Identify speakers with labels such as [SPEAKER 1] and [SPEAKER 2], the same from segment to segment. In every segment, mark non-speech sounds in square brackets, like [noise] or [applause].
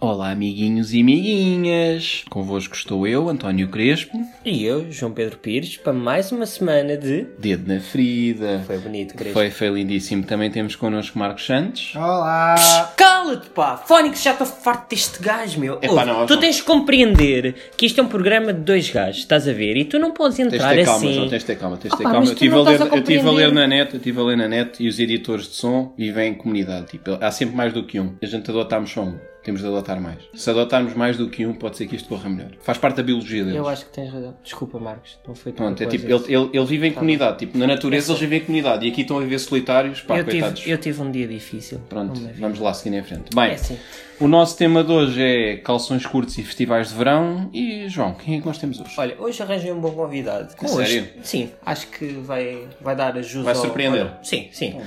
[SPEAKER 1] amiguinhos e amiguinhas. Convosco estou eu, António Crespo.
[SPEAKER 2] E eu, João Pedro Pires, para mais uma semana de.
[SPEAKER 1] Dedo na ferida.
[SPEAKER 2] Foi bonito, Crespo.
[SPEAKER 1] Foi, foi lindíssimo. Também temos connosco Marcos Santos.
[SPEAKER 2] Oh,
[SPEAKER 3] Olá!
[SPEAKER 2] Ah, Cala-te, pá! Fónix, já estou farto deste gajo, meu.
[SPEAKER 1] Epá,
[SPEAKER 2] Ouve,
[SPEAKER 1] não,
[SPEAKER 2] tu
[SPEAKER 1] João.
[SPEAKER 2] tens de compreender que isto é um programa de dois gajos, estás a ver? E tu não podes
[SPEAKER 1] Tens
[SPEAKER 2] entrar
[SPEAKER 1] de ter calma,
[SPEAKER 2] assim.
[SPEAKER 1] João, tens de ter calma, tens de ter
[SPEAKER 2] Opa,
[SPEAKER 1] calma.
[SPEAKER 2] mas
[SPEAKER 1] Eu
[SPEAKER 2] tu
[SPEAKER 1] estive a,
[SPEAKER 2] não
[SPEAKER 1] ler-
[SPEAKER 2] estás a
[SPEAKER 1] eu tive a ler
[SPEAKER 2] compreender.
[SPEAKER 1] na net, eu estive a ler na net e os editores de som vivem em comunidade. Tipo, há sempre mais do que um. A gente adotamos só um. Temos de adotar mais. Se adotarmos mais do que um, pode ser que isto corra melhor. Faz parte da biologia deles.
[SPEAKER 2] Eu acho que tens razão. Desculpa, Marcos, não foi
[SPEAKER 1] Pronto, é
[SPEAKER 2] propósito.
[SPEAKER 1] tipo, ele, ele, ele vive em comunidade, tipo, na natureza eles vivem em comunidade e aqui estão a viver solitários, pá,
[SPEAKER 2] eu,
[SPEAKER 1] coitados.
[SPEAKER 2] tive, eu tive um dia difícil.
[SPEAKER 1] Pronto,
[SPEAKER 2] Não me-
[SPEAKER 1] vamos lá seguir em frente. Bem,
[SPEAKER 2] É assim.
[SPEAKER 1] o nosso tema de hoje é calções curtos e festivais de verão. E João, quem é que nós temos hoje?
[SPEAKER 2] Olha, hoje arranjei um bom convidado. Com
[SPEAKER 1] É sério?
[SPEAKER 2] Hoje, sim, acho que vai, vai dar ajuda.
[SPEAKER 1] Vai surpreender.
[SPEAKER 2] Sim, sim.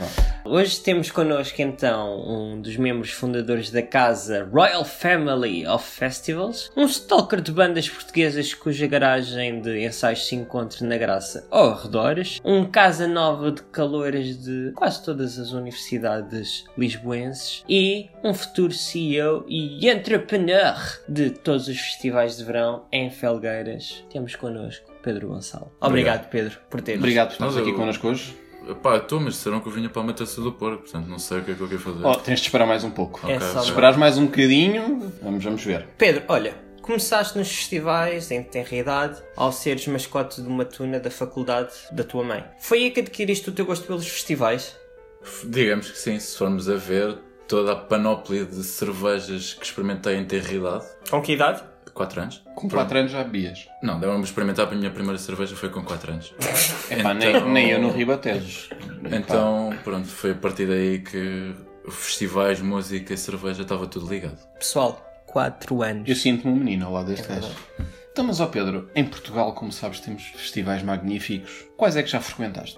[SPEAKER 2] Hoje temos connosco então um dos membros fundadores da casa Royal Family of Festivals, um stalker de bandas portuguesas cuja garagem de ensaios se encontra na Graça ou arredores, um casa nova de caloiras de quase todas as universidades lisboenses e um futuro CEO e entrepreneur de todos os festivais de verão em Felgueiras. Temos connosco Pedro Gonçalo. Obrigado, Pedro, por teres.
[SPEAKER 1] Obrigado por estares
[SPEAKER 4] Nada,
[SPEAKER 1] aqui
[SPEAKER 4] eu-
[SPEAKER 1] connosco hoje.
[SPEAKER 4] Pá, estou, mas disseram que eu vinha para a matança do porco, portanto não sei o que é que eu quero fazer.
[SPEAKER 1] Oh, tens de esperar mais um pouco.
[SPEAKER 2] É
[SPEAKER 4] Ok,
[SPEAKER 2] só-
[SPEAKER 1] Se
[SPEAKER 4] ok.
[SPEAKER 1] esperares mais um bocadinho, vamos, vamos ver.
[SPEAKER 2] Pedro, olha, começaste nos festivais em tenridade ao seres mascote de uma tuna da faculdade da tua mãe. Foi aí que adquiriste o teu gosto pelos festivais?
[SPEAKER 4] Digamos que sim, se formos a ver toda a panóplia de cervejas que experimentei em ter idade,
[SPEAKER 2] Com que idade?
[SPEAKER 4] 4 anos.
[SPEAKER 1] Com 4 anos já bebias.
[SPEAKER 4] Não, deram-me experimentar, a minha primeira cerveja foi com 4 anos.
[SPEAKER 1] Pá, nem, nem eu no Ribatejo.
[SPEAKER 4] Então, pronto, foi a partir daí que festivais, música e cerveja estava tudo ligado. [laughs]
[SPEAKER 2] Pessoal, 4 anos.
[SPEAKER 1] Eu sinto-me um menino ao lado
[SPEAKER 2] É
[SPEAKER 1] deste gajo. Então, mas ó Pedro, em Portugal, como sabes, temos festivais magníficos. Quais é que já frequentaste?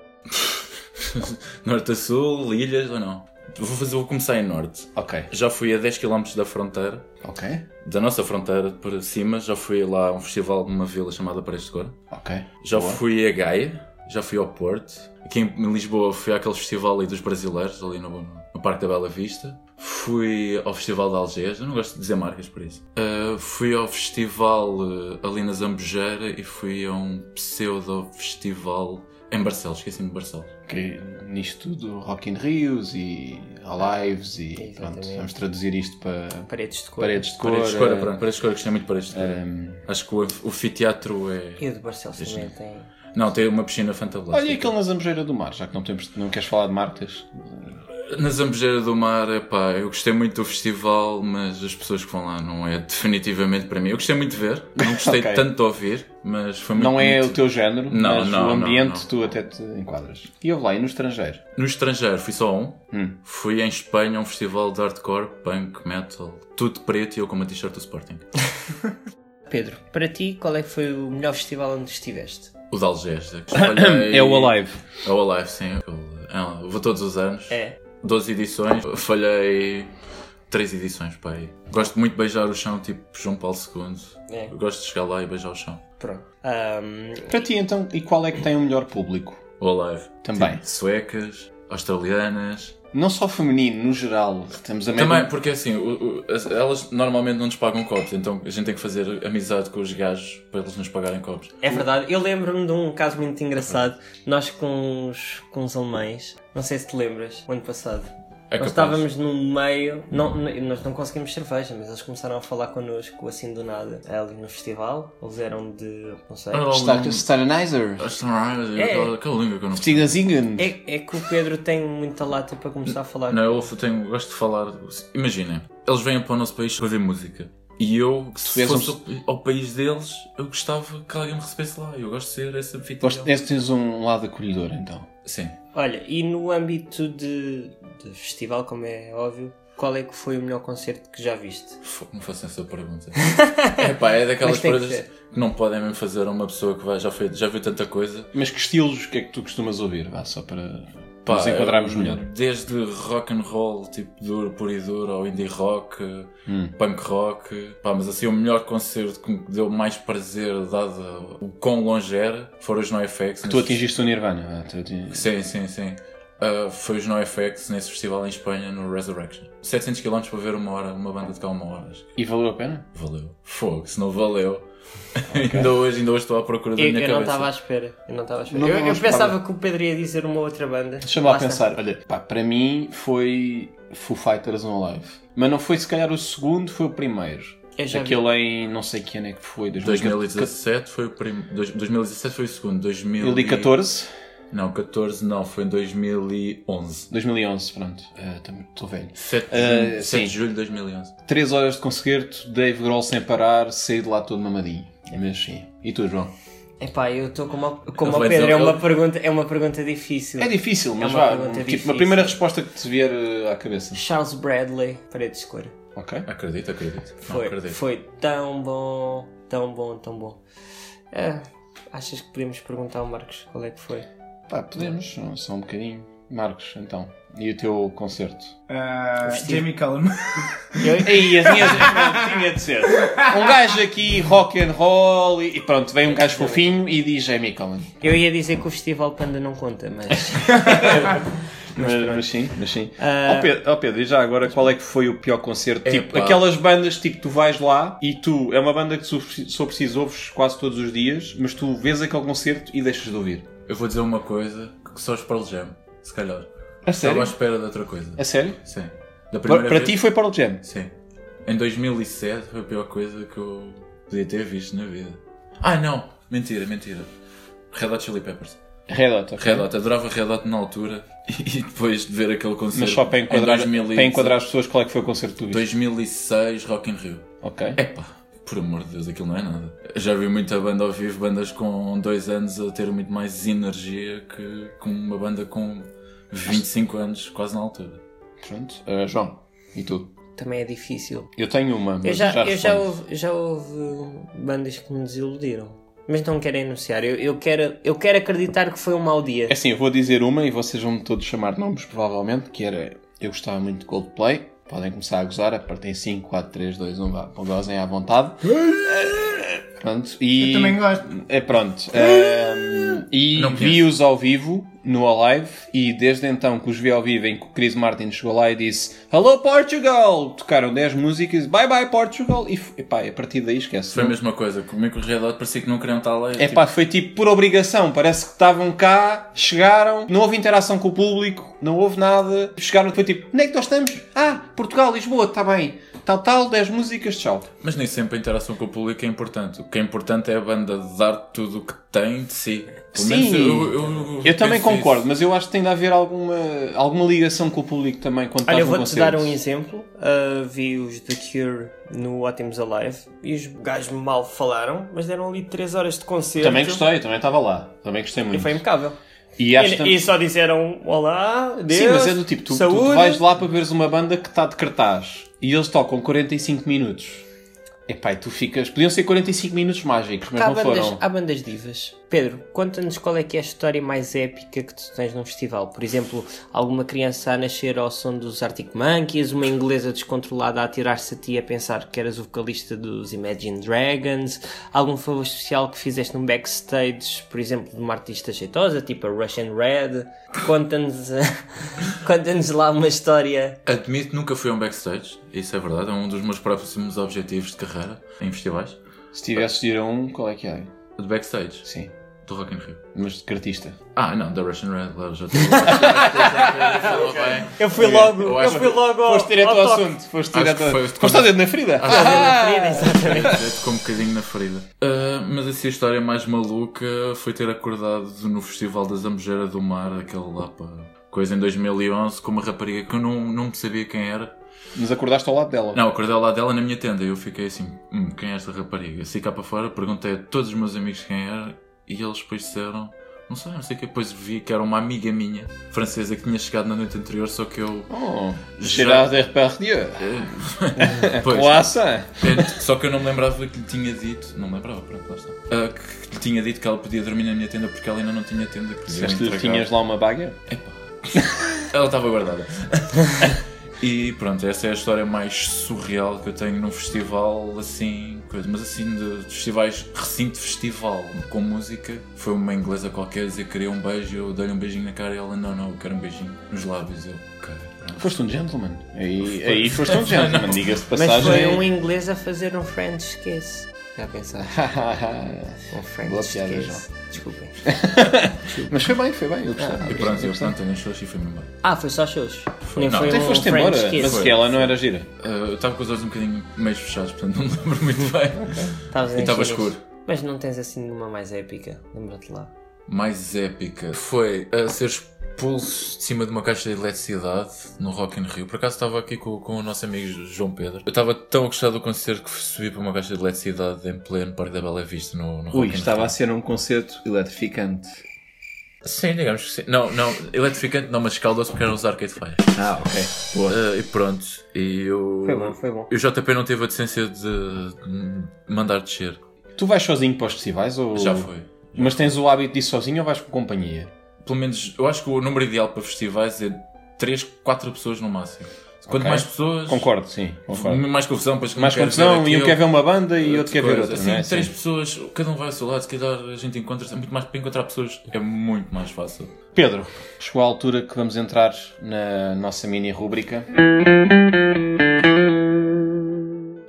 [SPEAKER 4] Norte a Sul, ilhas ou não? Vou, fazer, vou começar em Norte.
[SPEAKER 1] Ok,
[SPEAKER 4] Já fui a 10 km da fronteira,
[SPEAKER 1] ok,
[SPEAKER 4] da nossa fronteira para cima, já fui lá a um festival numa vila chamada Paredes de Cor.
[SPEAKER 1] ok.
[SPEAKER 4] Já
[SPEAKER 1] Boa.
[SPEAKER 4] fui a Gaia, já fui ao Porto. Aqui em Lisboa fui àquele festival ali dos brasileiros, ali no, no Parque da Bela Vista. Fui ao Festival de Algés, eu não gosto de dizer marcas por isso. Ah, fui ao festival eh, ali na Zambujeira e fui a um pseudo-festival em Barcelos, esqueci-me de Barcelos.
[SPEAKER 1] Que nisto tudo, Rock in Rios e Alives e
[SPEAKER 2] Exatamente.
[SPEAKER 1] pronto, vamos traduzir isto para
[SPEAKER 2] Paredes de cor.
[SPEAKER 1] paredes de cor.
[SPEAKER 4] Paredes de Cora,
[SPEAKER 1] eh,
[SPEAKER 4] pronto, Paredes de Cora, gostei muito de Paredes de Cora.
[SPEAKER 1] ehm,
[SPEAKER 4] Acho que o, o anfiteatro
[SPEAKER 2] E
[SPEAKER 4] é...
[SPEAKER 2] o de Barcelos também tem.
[SPEAKER 4] Não, tem uma piscina fantástica.
[SPEAKER 1] olha e aquele na Zambujeira do Mar, já que não, temos, não queres falar de marcas.
[SPEAKER 4] Na Zambujeira do Mar, epá, eu gostei muito do festival, mas as pessoas que vão lá não é definitivamente para mim. Eu gostei muito de ver,
[SPEAKER 1] [laughs]
[SPEAKER 4] não gostei
[SPEAKER 1] Ok.
[SPEAKER 4] tanto de ouvir, mas foi muito
[SPEAKER 1] Não é o
[SPEAKER 4] bonito.
[SPEAKER 1] teu género,
[SPEAKER 4] Não,
[SPEAKER 1] mas
[SPEAKER 4] não,
[SPEAKER 1] o
[SPEAKER 4] não,
[SPEAKER 1] ambiente
[SPEAKER 4] não.
[SPEAKER 1] tu até te enquadras. E eu lá, e no estrangeiro?
[SPEAKER 4] No estrangeiro fui só a um.
[SPEAKER 1] Hum.
[SPEAKER 4] Fui em Espanha a um festival de hardcore, punk, metal, tudo preto e eu com uma t-shirt do Sporting.
[SPEAKER 2] Pedro, para ti, qual é que foi o melhor festival onde estiveste?
[SPEAKER 4] O de Algés.
[SPEAKER 1] [coughs]
[SPEAKER 4] é que espalhei-
[SPEAKER 1] Alive.
[SPEAKER 4] É o Alive, sim. Aquele- é, vou todos os anos.
[SPEAKER 2] É.
[SPEAKER 4] 12 edições, falhei 3 edições, pai. Gosto muito de beijar o chão, tipo João Paulo II.
[SPEAKER 2] É.
[SPEAKER 4] Gosto de chegar lá e beijar o chão.
[SPEAKER 2] Pronto. Ahm,
[SPEAKER 1] Para ti então, e qual é que tem o melhor público?
[SPEAKER 4] O Alive.
[SPEAKER 1] Também.
[SPEAKER 4] Tipo, suecas, australianas.
[SPEAKER 1] Não só feminino, no geral, temos a
[SPEAKER 4] Também,
[SPEAKER 1] mesma.
[SPEAKER 4] porque assim, o- o- as- elas normalmente não nos pagam copos, então a gente tem que fazer amizade com os gajos para eles nos pagarem copos.
[SPEAKER 2] É verdade, eu lembro-me de um caso muito engraçado. Nós com os, com os alemães, não sei se te lembras, o ano passado.
[SPEAKER 4] É
[SPEAKER 2] nós
[SPEAKER 4] capaz.
[SPEAKER 2] estávamos no meio, não, n- nós não conseguimos cerveja, mas eles começaram a falar connosco assim do nada, ali no festival. Eles eram de. não sei.
[SPEAKER 4] Olha lá,
[SPEAKER 1] Está-
[SPEAKER 4] um-
[SPEAKER 1] Staranizer,
[SPEAKER 4] Australianas,
[SPEAKER 2] É.
[SPEAKER 4] aquela aquela língua que eu não percebo.
[SPEAKER 1] Tigazingen.
[SPEAKER 2] É, é que o Pedro tem muita lata para começar a falar.
[SPEAKER 4] Não, eu tenho, gosto de falar. Imaginem, eles vêm para o nosso país para ver música. E eu, se
[SPEAKER 1] és um-
[SPEAKER 4] fosse ao, ao país deles, eu gostava que alguém me recebesse lá. Eu gosto de ser esse anfitrião.
[SPEAKER 1] Gosto- Deve teres um lado acolhedor então.
[SPEAKER 4] Sim.
[SPEAKER 2] Olha, e no âmbito de, de festival, como é óbvio, qual é que foi o melhor concerto que já viste?
[SPEAKER 4] Fô, Não façam essa pergunta. é pá, é daquelas
[SPEAKER 2] Mas tem que
[SPEAKER 4] coisas
[SPEAKER 2] ser.
[SPEAKER 4] que, não podem mesmo fazer a uma pessoa que vai, já, foi, já viu tanta coisa.
[SPEAKER 1] Mas que estilos que é que tu costumas ouvir? Vá, só para
[SPEAKER 4] Pá,
[SPEAKER 1] nos enquadrarmos
[SPEAKER 4] eu-
[SPEAKER 1] melhor.
[SPEAKER 4] Desde rock and roll, tipo duro, puro e duro, ao indie rock,
[SPEAKER 1] Hum.
[SPEAKER 4] punk rock. Pá, mas assim, o melhor concerto que me deu mais prazer, dado o quão longe era, foram os NoFX.
[SPEAKER 1] Tu atingiste o Nirvana. vá, tu ating-
[SPEAKER 4] Sim, sim, sim. ah, foi os NoFX nesse festival em Espanha, no Resurrection. 700 km para ver uma hora, uma banda de cá uma hora. acho que
[SPEAKER 1] E valeu a pena?
[SPEAKER 4] Valeu. Fogo, se não valeu. [laughs] ainda, hoje, ainda hoje estou à procura da
[SPEAKER 2] Eu,
[SPEAKER 4] minha
[SPEAKER 2] eu não
[SPEAKER 4] cabeça.
[SPEAKER 2] estava à espera. Eu não estava à espera.
[SPEAKER 1] Não
[SPEAKER 2] eu eu
[SPEAKER 1] vamos
[SPEAKER 2] pensava que o Pedro ia dizer uma outra banda.
[SPEAKER 1] Deixa-me lá
[SPEAKER 2] Lá está.
[SPEAKER 1] pensar. Olha, pá, para mim foi Foo Fighters on Live. Mas não foi se calhar o segundo, foi o primeiro.
[SPEAKER 2] Eu já vi.
[SPEAKER 1] Aquele em não sei que ano é que foi, 2014.
[SPEAKER 4] 2017 foi o primeiro. 2017 foi o segundo. 2014.
[SPEAKER 1] 2014?
[SPEAKER 4] Não, 14 não, foi em 2011.
[SPEAKER 1] 2011, pronto. Estou velho.
[SPEAKER 4] 7 de,
[SPEAKER 1] Ah,
[SPEAKER 4] junho- 7 de
[SPEAKER 1] sim.
[SPEAKER 4] julho de 2011.
[SPEAKER 1] 3 horas de concerto, Dave Grohl sem parar, saí de lá todo mamadinho. Mas sim. E tu, João?
[SPEAKER 2] Epá, eu estou como, a- como
[SPEAKER 4] Ele
[SPEAKER 2] o
[SPEAKER 4] vai
[SPEAKER 2] Pedro.
[SPEAKER 4] dizer
[SPEAKER 2] É
[SPEAKER 4] que
[SPEAKER 2] uma,
[SPEAKER 4] ele-
[SPEAKER 2] pergunta, é uma pergunta difícil.
[SPEAKER 1] É difícil, mas
[SPEAKER 2] uma
[SPEAKER 1] vá.
[SPEAKER 2] pergunta
[SPEAKER 1] Tipo,
[SPEAKER 2] difícil.
[SPEAKER 1] a primeira resposta que te vier eh, à cabeça.
[SPEAKER 2] Charles Bradley, Parede Escura.
[SPEAKER 1] Ok?
[SPEAKER 4] Acredito, acredito. Não
[SPEAKER 2] Foi,
[SPEAKER 4] acredito.
[SPEAKER 2] foi tão bom, tão bom, tão bom. É, achas que podemos perguntar ao Marcos qual é que foi?
[SPEAKER 1] Pá, podemos, só um bocadinho. Marcos, então. E o teu concerto?
[SPEAKER 3] Ah,
[SPEAKER 2] Vestido.
[SPEAKER 3] Jamie Cullum.
[SPEAKER 1] Aí, as [laughs] minhas não tinha de ser. Um gajo aqui rock and roll e e pronto, vem um gajo fofinho e diz Jamie Collins.
[SPEAKER 2] Eu ia dizer que o Festival Panda não conta, mas.
[SPEAKER 1] Mas, mas sim, mas sim. Ó Pedro, ó Pedro, e já agora qual é que foi o pior concerto? tipo, aquelas bandas, tipo, tu vais lá e tu, é uma banda que tu só precisas ouves quase todos os dias, mas tu vês aquele concerto e deixas de ouvir.
[SPEAKER 4] Eu vou dizer uma coisa que só os Pearl Jam, se calhar.
[SPEAKER 1] A
[SPEAKER 4] Estava à
[SPEAKER 1] sério?
[SPEAKER 4] espera de outra coisa.
[SPEAKER 1] A sério?
[SPEAKER 4] Sim. Da
[SPEAKER 1] Para,
[SPEAKER 4] primeira
[SPEAKER 1] para
[SPEAKER 4] vez-
[SPEAKER 1] ti foi Pearl Jam.
[SPEAKER 4] Sim. Em 2007 foi a pior coisa que eu podia ter visto na vida. Ah, não! Mentira, mentira. Red Hot Chili Peppers.
[SPEAKER 1] Red Hot, ok.
[SPEAKER 4] Red Hot, adorava Red Hot na altura [laughs] e depois de ver aquele concerto.
[SPEAKER 1] Mas só para enquadrar,
[SPEAKER 4] em 2000 e-
[SPEAKER 1] para enquadrar as pessoas qual é que foi o concerto que tu viste.
[SPEAKER 4] 2006 Rock in Rio.
[SPEAKER 1] Ok.
[SPEAKER 4] Epá, por amor de Deus, aquilo não é nada. Já vi muita banda ao vivo, bandas com dois anos a ter muito mais energia que com uma banda com 25 anos, quase na altura.
[SPEAKER 1] Pronto. Ah, João, e tu?
[SPEAKER 2] Também é difícil.
[SPEAKER 1] Eu tenho uma, mas
[SPEAKER 2] Eu já, eu já,
[SPEAKER 1] respondo.
[SPEAKER 2] houve, já houve bandas que me desiludiram. Mas não quero enunciar. Eu, eu, quero, eu quero acreditar que foi um mau dia.
[SPEAKER 1] É assim, eu vou dizer uma e vocês vão-me todos chamar nomes, provavelmente, que era eu gostava muito de Coldplay. Podem começar a gozar, apertem 5, 4, 3, 2, 1, vá, gozem à
[SPEAKER 4] [laughs]
[SPEAKER 1] vontade. Pronto, e.
[SPEAKER 3] Eu também gosto.
[SPEAKER 1] É
[SPEAKER 4] [laughs]
[SPEAKER 1] pronto. ehm, e
[SPEAKER 4] Não conheço.
[SPEAKER 1] vi-os ao vivo, no Alive, e desde então que os vi ao vivo, em que o Chris Martin chegou lá e disse Hello Portugal! Tocaram 10 músicas, Bye Bye Portugal! E f- epá, a partir daí esquece.
[SPEAKER 4] Foi a mesma coisa, comigo com o Red Hot parecia que não queriam estar lá.
[SPEAKER 1] É pá, foi tipo por obrigação. Parece que estavam cá, chegaram, não houve interação com o público, não houve nada. Chegaram, foi tipo, onde é que nós estamos? Ah, Portugal, Lisboa, está bem. Tal, tal, 10 músicas, tchau.
[SPEAKER 4] Mas nem sempre a interação com o público é importante. O que é importante é a banda dar tudo o que tem de si. Pelo
[SPEAKER 1] Sim.
[SPEAKER 4] menos é
[SPEAKER 1] Eu também
[SPEAKER 4] penso
[SPEAKER 1] concordo,
[SPEAKER 4] isso.
[SPEAKER 1] mas eu acho que tem de haver alguma, alguma ligação com o público também quando
[SPEAKER 2] Olha,
[SPEAKER 1] estás
[SPEAKER 2] eu
[SPEAKER 1] no
[SPEAKER 2] vou-te
[SPEAKER 1] concerto.
[SPEAKER 2] dar um exemplo. Uh, vi os The Cure no Ótimos Alive e os gajos mal falaram, mas deram ali 3 horas de concerto.
[SPEAKER 1] Também gostei, também estava lá. Também gostei
[SPEAKER 2] E
[SPEAKER 1] muito.
[SPEAKER 2] foi impecável.
[SPEAKER 1] E
[SPEAKER 2] E,
[SPEAKER 1] acho tam-
[SPEAKER 2] e só disseram olá, Deus,
[SPEAKER 1] Sim, mas é do tipo, tu, tu
[SPEAKER 2] saúde.
[SPEAKER 1] vais lá para veres uma banda que está de cartaz e eles tocam 45 minutos. Epá, e tu ficas. Podiam ser 45 minutos mágicos, mas
[SPEAKER 2] Há
[SPEAKER 1] não
[SPEAKER 2] bandas,
[SPEAKER 1] foram.
[SPEAKER 2] há bandas divas. Pedro, conta-nos qual é que é a história mais épica que tu tens num festival. Por exemplo, alguma criança a nascer ao som dos Arctic Monkeys, uma inglesa descontrolada a atirar-se a ti a pensar que eras o vocalista dos Imagine Dragons, algum favor especial que fizeste num backstage, por exemplo, de uma artista jeitosa, tipo a Russian Red. Conta-nos [laughs] conta lá uma história.
[SPEAKER 4] Admito que nunca fui a um backstage, isso é verdade, é um dos meus próximos objetivos de carreira em festivais.
[SPEAKER 1] Se tivesses de ir a um, qual é que é?
[SPEAKER 4] De backstage,
[SPEAKER 1] Sim.
[SPEAKER 4] do Rock in Rio.
[SPEAKER 1] Mas de cartista.
[SPEAKER 4] Ah, não, da Russian Red, lá [laughs] já estou. Acho
[SPEAKER 2] Eu fui logo,
[SPEAKER 4] eu
[SPEAKER 2] eu,
[SPEAKER 4] acho-
[SPEAKER 2] fui logo ao,
[SPEAKER 1] Foste direto
[SPEAKER 2] ao
[SPEAKER 1] ao
[SPEAKER 2] toque.
[SPEAKER 1] assunto. Foste
[SPEAKER 4] Acho
[SPEAKER 1] direto
[SPEAKER 4] que
[SPEAKER 1] ao
[SPEAKER 4] foi-
[SPEAKER 1] Foste ao dedo na ferida.
[SPEAKER 2] Ah. Exatamente.
[SPEAKER 4] que com um bocadinho na ferida. Ah, mas assim, a história mais maluca foi ter acordado no Festival da Zambujeira do Mar, aquele lá para. Coisa em 2011, com uma rapariga que eu não, não sabia quem era.
[SPEAKER 1] Nos acordaste ao lado dela.
[SPEAKER 4] Não, acordei ao lado dela na minha tenda e eu fiquei assim: hum, quem é esta rapariga? Saí cá para fora, perguntei a todos os meus amigos quem era e eles depois disseram: não sei, não sei o que. Depois vi que era uma amiga minha, francesa, que tinha chegado na noite anterior, só que eu.
[SPEAKER 1] Oh,
[SPEAKER 4] Já-
[SPEAKER 1] Gerard Depardieu.
[SPEAKER 4] Pois,
[SPEAKER 1] Croissant.
[SPEAKER 4] é, só que eu não me lembrava que lhe tinha dito. Não me lembrava, pronto, lá está. Ah, que que lhe tinha dito que ela podia dormir na minha tenda porque ela ainda não tinha tenda. Que lhe iam
[SPEAKER 1] Disseste que
[SPEAKER 4] entregar.
[SPEAKER 1] tinhas lá uma baga?
[SPEAKER 4] Ela estava guardada. [laughs] e pronto, essa é a história mais surreal que eu tenho num festival assim coisa, mas assim, de, de festivais, recinto festival com música, foi uma inglesa qualquer dizer que queria um beijo, eu dei-lhe um beijinho na cara e ela, não, não, eu quero um beijinho nos lábios. Eu, ok. pronto.
[SPEAKER 1] Foste um gentleman. Aí, aí foste
[SPEAKER 4] [laughs]
[SPEAKER 1] um gentleman, diga-se de
[SPEAKER 2] Mas foi
[SPEAKER 1] passagem.
[SPEAKER 2] um inglês a fazer um French kiss. Já pensaste? Um French
[SPEAKER 1] Boa
[SPEAKER 2] kiss.
[SPEAKER 1] piada, João.
[SPEAKER 2] Desculpem.
[SPEAKER 1] [laughs] Mas foi bem, foi bem, eu gostei.
[SPEAKER 4] Ah, E pronto, eu pronto, eu shows e fui-me embora.
[SPEAKER 2] [laughs] Ah, foi só shows.
[SPEAKER 4] Foi.
[SPEAKER 2] Nem
[SPEAKER 4] Não,
[SPEAKER 2] foi
[SPEAKER 1] Até
[SPEAKER 2] um
[SPEAKER 1] foste
[SPEAKER 2] French
[SPEAKER 1] embora,
[SPEAKER 2] kiss.
[SPEAKER 1] mas que ela não era gira.
[SPEAKER 4] Ah, eu estava com os olhos um bocadinho meio fechados, portanto não me lembro muito bem.
[SPEAKER 2] Estavas
[SPEAKER 4] E
[SPEAKER 2] em
[SPEAKER 4] estava
[SPEAKER 2] chinês.
[SPEAKER 4] escuro.
[SPEAKER 2] Mas não tens assim nenhuma mais épica, lembra-te lá.
[SPEAKER 4] Mais épica foi a ser expulso de cima de uma caixa de eletricidade no Rock in Rio. Por acaso estava aqui com, com o nosso amigo João Pedro. Eu estava tão a gostar do concerto que subi para uma caixa de eletricidade em pleno Parque da Bela Vista no, no Rock
[SPEAKER 1] Ui,
[SPEAKER 4] in
[SPEAKER 1] estava
[SPEAKER 4] Rio.
[SPEAKER 1] a ser um concerto eletrificante.
[SPEAKER 4] Sim, digamos que sim. Não, não, eletrificante não, mas escaldou-se porque eram os Arcade Fire.
[SPEAKER 1] Ah, ok. Boa.
[SPEAKER 4] Ah, e pronto, e eu...
[SPEAKER 2] Foi bom, foi bom.
[SPEAKER 4] E o JP não teve a decência de hum, mandar descer.
[SPEAKER 1] Tu vais sozinho para os festivais ou.
[SPEAKER 4] Já foi.
[SPEAKER 1] Mas tens o hábito de ir sozinho ou vais com companhia?
[SPEAKER 4] pelo menos, eu acho que o número ideal para festivais é 3, 4 pessoas no máximo. Quanto
[SPEAKER 1] Ok.
[SPEAKER 4] mais pessoas,
[SPEAKER 1] Concordo, sim, concordo.
[SPEAKER 4] mais confusão, depois que
[SPEAKER 1] Mais
[SPEAKER 4] um quer
[SPEAKER 1] confusão,
[SPEAKER 4] ver
[SPEAKER 1] e um
[SPEAKER 4] aquilo,
[SPEAKER 1] quer ver uma banda e outro quer ver
[SPEAKER 4] coisa.
[SPEAKER 1] outra,
[SPEAKER 4] Assim,
[SPEAKER 1] não é?
[SPEAKER 4] três
[SPEAKER 1] Sim.
[SPEAKER 4] pessoas, cada um vai ao seu lado, se calhar a gente encontra, é muito mais para encontrar pessoas, é muito mais fácil.
[SPEAKER 1] Pedro, chegou a altura que vamos entrar na nossa mini rúbrica.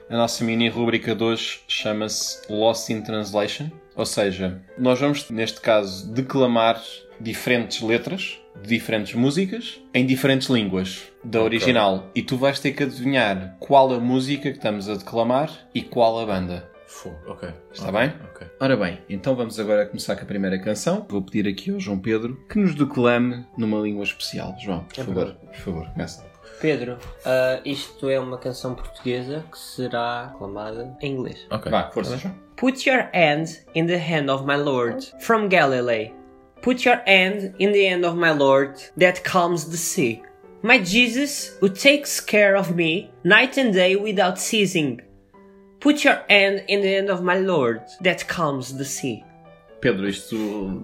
[SPEAKER 1] A nossa mini rúbrica de hoje chama-se Lost in Translation, ou seja, nós vamos, neste caso, declamar diferentes letras de diferentes músicas em diferentes línguas da original e tu vais ter que adivinhar qual a música que estamos a declamar e qual a banda.
[SPEAKER 4] Fogo, ok.
[SPEAKER 1] Está
[SPEAKER 4] Ok,
[SPEAKER 1] bem?
[SPEAKER 4] ok.
[SPEAKER 1] Ora bem, então vamos agora começar com a primeira canção. Vou pedir aqui ao João Pedro que nos declame numa língua especial. João, por favor, por favor, começa.
[SPEAKER 2] Pedro, ah, isto é uma canção portuguesa que será aclamada em inglês.
[SPEAKER 4] Ok.
[SPEAKER 1] Vá, força, João.
[SPEAKER 2] Put your hand in the hand of my Lord from Galilee. Put your hand in the hand of my Lord that calms the sea. My Jesus who takes care of me night and day without ceasing. Put your hand in the hand of my Lord that calms the sea.
[SPEAKER 1] Pedro, isto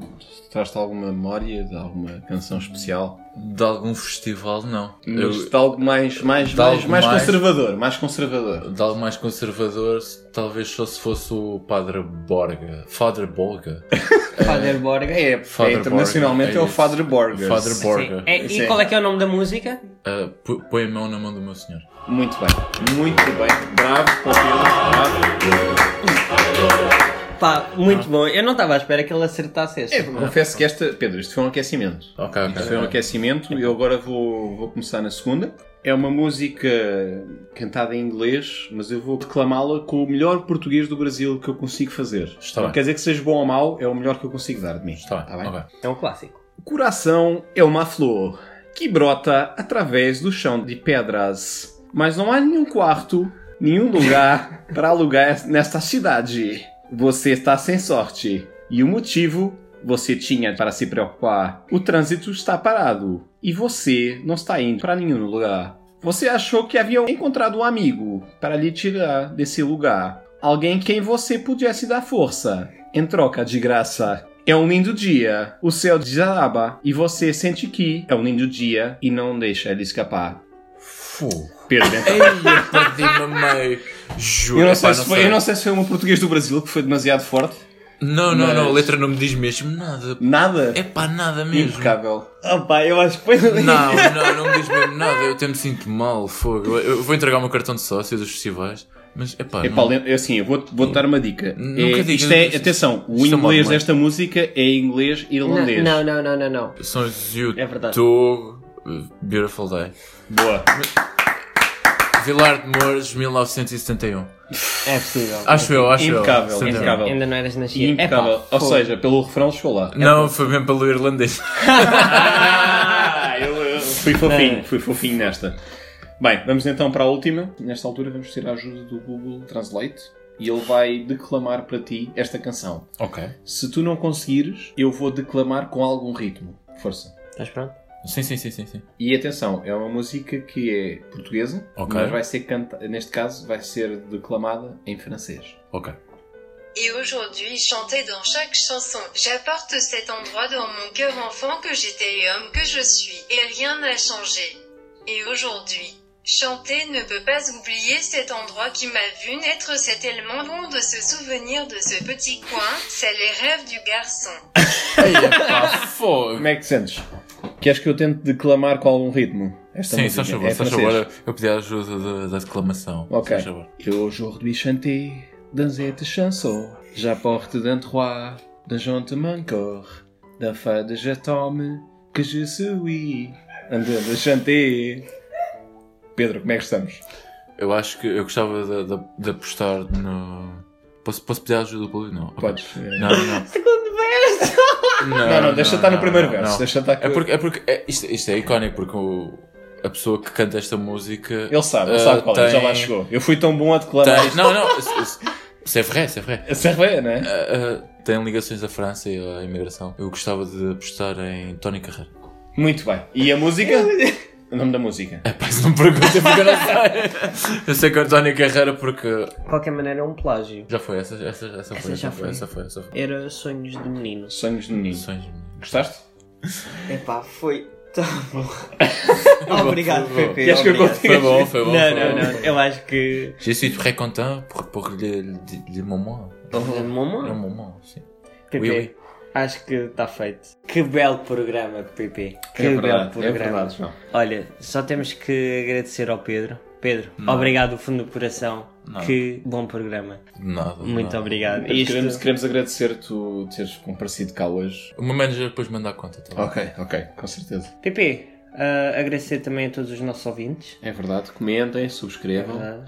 [SPEAKER 1] traz-te alguma memória de alguma canção especial?
[SPEAKER 4] De algum festival, não. Eu-
[SPEAKER 1] Mas de algo mais, mais,
[SPEAKER 4] de
[SPEAKER 1] mais,
[SPEAKER 4] algo
[SPEAKER 1] mais
[SPEAKER 4] mais-
[SPEAKER 1] conservador, mais conservador.
[SPEAKER 4] de algo mais conservador, talvez só se fosse o Padre Borga. Father Borga.
[SPEAKER 2] Father Borga.
[SPEAKER 1] É,
[SPEAKER 4] Father
[SPEAKER 1] é internacionalmente
[SPEAKER 4] Borger,
[SPEAKER 1] é, o
[SPEAKER 4] é
[SPEAKER 1] Father
[SPEAKER 4] isso.
[SPEAKER 1] Borger.
[SPEAKER 4] Father Borger. Borga.
[SPEAKER 2] e qual é que é o nome da música?
[SPEAKER 4] [laughs] Ah, pô- põe a mão na mão do meu senhor.
[SPEAKER 1] Muito bem, muito bem. Bravo, para o Pedro, bravo.
[SPEAKER 2] Pá, muito bom. Eu não estava à espera que ele acertasse esta.
[SPEAKER 1] É, confesso que esta, Pedro, isto foi um aquecimento.
[SPEAKER 4] Ok, ok.
[SPEAKER 1] Isto foi um aquecimento. Eu agora vou, vou começar na segunda. É uma música cantada em inglês, mas eu vou declamá-la com o melhor português do Brasil que eu consigo fazer.
[SPEAKER 4] Está
[SPEAKER 1] Não
[SPEAKER 4] bem.
[SPEAKER 1] quer dizer que seja bom ou mau, é o melhor que eu consigo dar de mim.
[SPEAKER 4] Está bem,
[SPEAKER 1] Tá bem?
[SPEAKER 4] ok.
[SPEAKER 2] É um clássico.
[SPEAKER 1] O coração é uma flor que brota através do chão de pedras, mas não há nenhum quarto, nenhum lugar para alugar nesta cidade. Você está sem sorte e o motivo você tinha para se preocupar. O trânsito está parado e você não está indo para nenhum lugar. Você achou que havia encontrado um amigo para lhe tirar desse lugar. Alguém quem você pudesse dar força em troca de graça. É um lindo dia, o céu desaba e você sente que é um lindo dia e não deixa ele escapar.
[SPEAKER 4] Fogo. [laughs]
[SPEAKER 1] Pedro, então.
[SPEAKER 4] Ei, eu perdi-me a meio. Juro.
[SPEAKER 1] eu, não sei
[SPEAKER 4] epá,
[SPEAKER 1] se foi, eu não sei se foi um português do Brasil que foi demasiado forte.
[SPEAKER 4] Não, não, não, a
[SPEAKER 1] Mas-
[SPEAKER 4] letra não me diz mesmo nada.
[SPEAKER 1] Nada.
[SPEAKER 4] É pá, nada mesmo.
[SPEAKER 1] Impecável.
[SPEAKER 2] Opa, eu acho que foi
[SPEAKER 4] Não, não, não me diz mesmo nada. Eu até me sinto mal, fogo. Eu eu vou entregar o meu cartão de sócio dos festivais, mas é pá.
[SPEAKER 1] É pá, lem- assim, eu vou- vou-te dar uma dica.
[SPEAKER 4] Nunca
[SPEAKER 1] É,
[SPEAKER 4] digas
[SPEAKER 1] isto é,
[SPEAKER 4] isso.
[SPEAKER 1] atenção, o
[SPEAKER 4] Isto é uma
[SPEAKER 1] inglês
[SPEAKER 4] arma.
[SPEAKER 1] desta música é inglês irlandês.
[SPEAKER 2] Não, não, não, não, não.
[SPEAKER 4] São os YouTube,
[SPEAKER 2] É verdade.
[SPEAKER 4] uh, Beautiful Day.
[SPEAKER 1] Boa.
[SPEAKER 4] Vilar de Mouros, 1971.
[SPEAKER 2] É possível.
[SPEAKER 4] Acho eu, um. acho
[SPEAKER 1] Impecável,
[SPEAKER 4] eu. 71.
[SPEAKER 1] impecável.
[SPEAKER 2] Ainda não eras nascido.
[SPEAKER 1] Impecável.
[SPEAKER 2] Epá,
[SPEAKER 1] Ou
[SPEAKER 2] fogo.
[SPEAKER 1] seja, pelo refrão chegou lá.
[SPEAKER 4] Não, foi bem pelo irlandês.
[SPEAKER 1] Ah, eu, eu fui
[SPEAKER 4] É.
[SPEAKER 1] fofinho, fui fofinho nesta. Bem, vamos então para a última. Nesta altura vamos ter a ajuda do Google Translate e ele vai declamar para ti esta canção.
[SPEAKER 4] Ok.
[SPEAKER 1] Se tu não conseguires, eu vou declamar com algum ritmo. Força.
[SPEAKER 2] Estás pronto?
[SPEAKER 4] Sim, sim, sim, sim. sim.
[SPEAKER 1] E atenção, é uma música que é portuguesa,
[SPEAKER 4] Ok.
[SPEAKER 1] mas vai ser canta neste caso vai ser declamada em francês.
[SPEAKER 4] Ok.
[SPEAKER 3] Et aujourd'hui, chanter dans chaque chanson, j'apporte cet endroit dans mon cœur enfant que j'étais et homme que je suis, et rien n'a changé. Et aujourd'hui, Chanter ne peut pas oublier cet endroit qui m'a vu naître, c'est tellement bon de se souvenir de ce petit coin, c'est les rêves du garçon.
[SPEAKER 4] Ei, pá, fogo.
[SPEAKER 1] Como é que te sentes? Queres que eu tente declamar com algum ritmo? Esta
[SPEAKER 4] Sim,
[SPEAKER 1] música?
[SPEAKER 4] só favor,
[SPEAKER 1] É
[SPEAKER 4] só
[SPEAKER 1] francês.
[SPEAKER 4] favor. Eu pedi a ajuda da, da declamação.
[SPEAKER 1] Ok.
[SPEAKER 4] Só favor.
[SPEAKER 1] Aujourd'hui chanter dans cette chanson, j'apporte d'un trois, d'un gentleman corps, d'un fade je tombe, que je suis. Andando a chanter. Pedro, como é que estamos?
[SPEAKER 4] Eu acho que eu gostava de, de- de apostar no. Posso, posso pedir a ajuda do público? Não. Ok.
[SPEAKER 1] Podes. eh,
[SPEAKER 4] Não, não,
[SPEAKER 2] [laughs]
[SPEAKER 4] não.
[SPEAKER 2] Segundo verso!
[SPEAKER 1] Não, não, deixa estar no primeiro
[SPEAKER 4] não,
[SPEAKER 1] verso.
[SPEAKER 4] não.
[SPEAKER 1] Deixa estar
[SPEAKER 4] É porque, é porque é- isto, isto é icónico, porque o- a pessoa que canta esta música.
[SPEAKER 1] Ele sabe, ele
[SPEAKER 4] eh,
[SPEAKER 1] sabe qual é,
[SPEAKER 4] tem-
[SPEAKER 1] já lá chegou. Eu fui tão bom a declamar.
[SPEAKER 4] Tem, não, não, isso- isso- isso é vrai, isso é vrai.
[SPEAKER 1] A Serve, não é?
[SPEAKER 4] Ah, ah, tem ligações à França e à imigração. Eu gostava de apostar em Tony Carreira.
[SPEAKER 1] Muito bem. E a música? o nome da música.
[SPEAKER 4] É, pá, isso não me perguntem porque eu não [laughs] sei. Eu sei que é o Tony Carreira e porque.
[SPEAKER 2] De qualquer maneira, é um plágio.
[SPEAKER 4] Já foi, essa, essa, essa, foi,
[SPEAKER 2] já foi.
[SPEAKER 4] Essa foi, essa foi.
[SPEAKER 2] Era Sonhos de Menino.
[SPEAKER 1] Sonhos de Menino.
[SPEAKER 4] Sonhos, menino.
[SPEAKER 1] Gostaste?
[SPEAKER 2] Epá, foi tão [laughs] bom. Obrigado,
[SPEAKER 4] Foi bom.
[SPEAKER 2] Pepe.
[SPEAKER 1] Queres que eu
[SPEAKER 2] obrigado.
[SPEAKER 1] continue?
[SPEAKER 4] Foi bom, foi bom.
[SPEAKER 2] Não,
[SPEAKER 4] foi
[SPEAKER 2] não,
[SPEAKER 4] bom.
[SPEAKER 2] não. Eu acho que.
[SPEAKER 4] Je suis très content pour, pour le, le, le moment. Le
[SPEAKER 2] Mamãe?
[SPEAKER 4] moment, sim.
[SPEAKER 2] Pepe,
[SPEAKER 4] Oui, oui.
[SPEAKER 2] acho que está feito. Que belo programa, Pepe. Que
[SPEAKER 1] é
[SPEAKER 2] belo
[SPEAKER 1] verdade, é
[SPEAKER 2] programa.
[SPEAKER 1] verdade, João.
[SPEAKER 2] Olha, só temos que agradecer ao Pedro. Pedro, obrigado do fundo do coração.
[SPEAKER 4] Não.
[SPEAKER 2] Que bom programa.
[SPEAKER 4] Nada.
[SPEAKER 2] Muito
[SPEAKER 4] nada.
[SPEAKER 2] obrigado.
[SPEAKER 1] Pedro,
[SPEAKER 2] Isto-
[SPEAKER 1] Queremos, queremos agradecer tu teres comparecido cá hoje.
[SPEAKER 4] O meu manager depois manda a conta, tá bem?
[SPEAKER 1] Ok, ok, com certeza.
[SPEAKER 2] Pepe, ah, agradecer também a todos os nossos ouvintes.
[SPEAKER 1] É verdade, comentem, subscrevam.
[SPEAKER 2] Ah,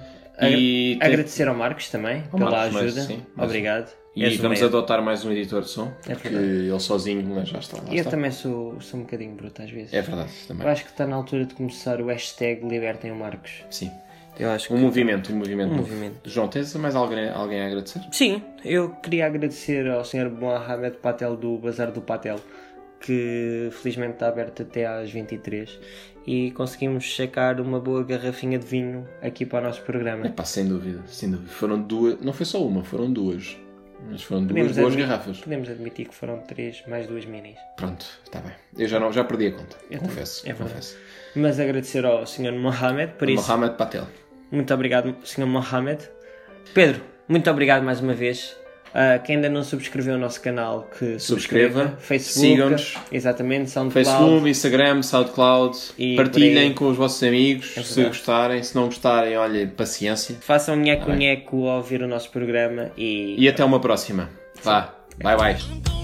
[SPEAKER 1] E
[SPEAKER 2] agra-
[SPEAKER 1] tem-
[SPEAKER 2] Agradecer ao Marcos também
[SPEAKER 1] Ao
[SPEAKER 2] pela
[SPEAKER 1] Marcos, mas
[SPEAKER 2] ajuda.
[SPEAKER 1] sim, mas-
[SPEAKER 2] Obrigado.
[SPEAKER 1] E
[SPEAKER 2] És o
[SPEAKER 1] vamos
[SPEAKER 2] maior.
[SPEAKER 1] adotar mais um editor de som,
[SPEAKER 2] É
[SPEAKER 1] porque
[SPEAKER 2] verdade.
[SPEAKER 1] ele sozinho mas já está. Lá
[SPEAKER 2] Eu
[SPEAKER 1] está.
[SPEAKER 2] também sou, sou um bocadinho bruto às vezes.
[SPEAKER 1] É verdade, também.
[SPEAKER 2] Eu acho que está na altura de começar o hashtag Libertem o Marcos.
[SPEAKER 1] Sim.
[SPEAKER 2] Eu acho
[SPEAKER 1] Um movimento, um movimento.
[SPEAKER 2] Um
[SPEAKER 1] novo.
[SPEAKER 2] movimento.
[SPEAKER 1] João, tens mais alguém, alguém a agradecer?
[SPEAKER 2] Sim, eu queria agradecer ao Sr. Mohamed Patel do Bazar do Patel, que felizmente está aberto até às 23 e conseguimos sacar uma boa garrafinha de vinho aqui para o nosso programa. [laughs]
[SPEAKER 1] Epá, sem dúvida, sem dúvida. Foram duas, não foi só uma, foram duas. Mas foram duas
[SPEAKER 2] Podemos
[SPEAKER 1] boas
[SPEAKER 2] admi-
[SPEAKER 1] garrafas.
[SPEAKER 2] Podemos admitir que foram três mais duas minis.
[SPEAKER 1] Pronto, está bem. Eu já, não, já perdi a conta,
[SPEAKER 2] Eu
[SPEAKER 1] confesso.
[SPEAKER 2] também, é verdade.
[SPEAKER 1] confesso.
[SPEAKER 2] Mas agradecer ao Sr. Mohamed por isso.
[SPEAKER 1] Mohamed Patel.
[SPEAKER 2] Muito obrigado, Sr. Mohamed. Pedro, muito obrigado mais uma vez. Ah, quem ainda não subscreveu o nosso canal, que
[SPEAKER 1] Subscreva,
[SPEAKER 2] subscreva. Facebook,
[SPEAKER 1] sigam-nos.
[SPEAKER 2] exatamente, SoundCloud.
[SPEAKER 1] Facebook, Instagram, SoundCloud.
[SPEAKER 2] E por aí.
[SPEAKER 1] partilhem com os vossos amigos
[SPEAKER 2] É
[SPEAKER 1] se
[SPEAKER 2] verdade.
[SPEAKER 1] gostarem. Se não gostarem, olha, paciência.
[SPEAKER 2] Façam nheco-nheco ao ouvir o nosso programa e
[SPEAKER 1] E até uma próxima. Vá, bye bye.
[SPEAKER 5] I'm gonna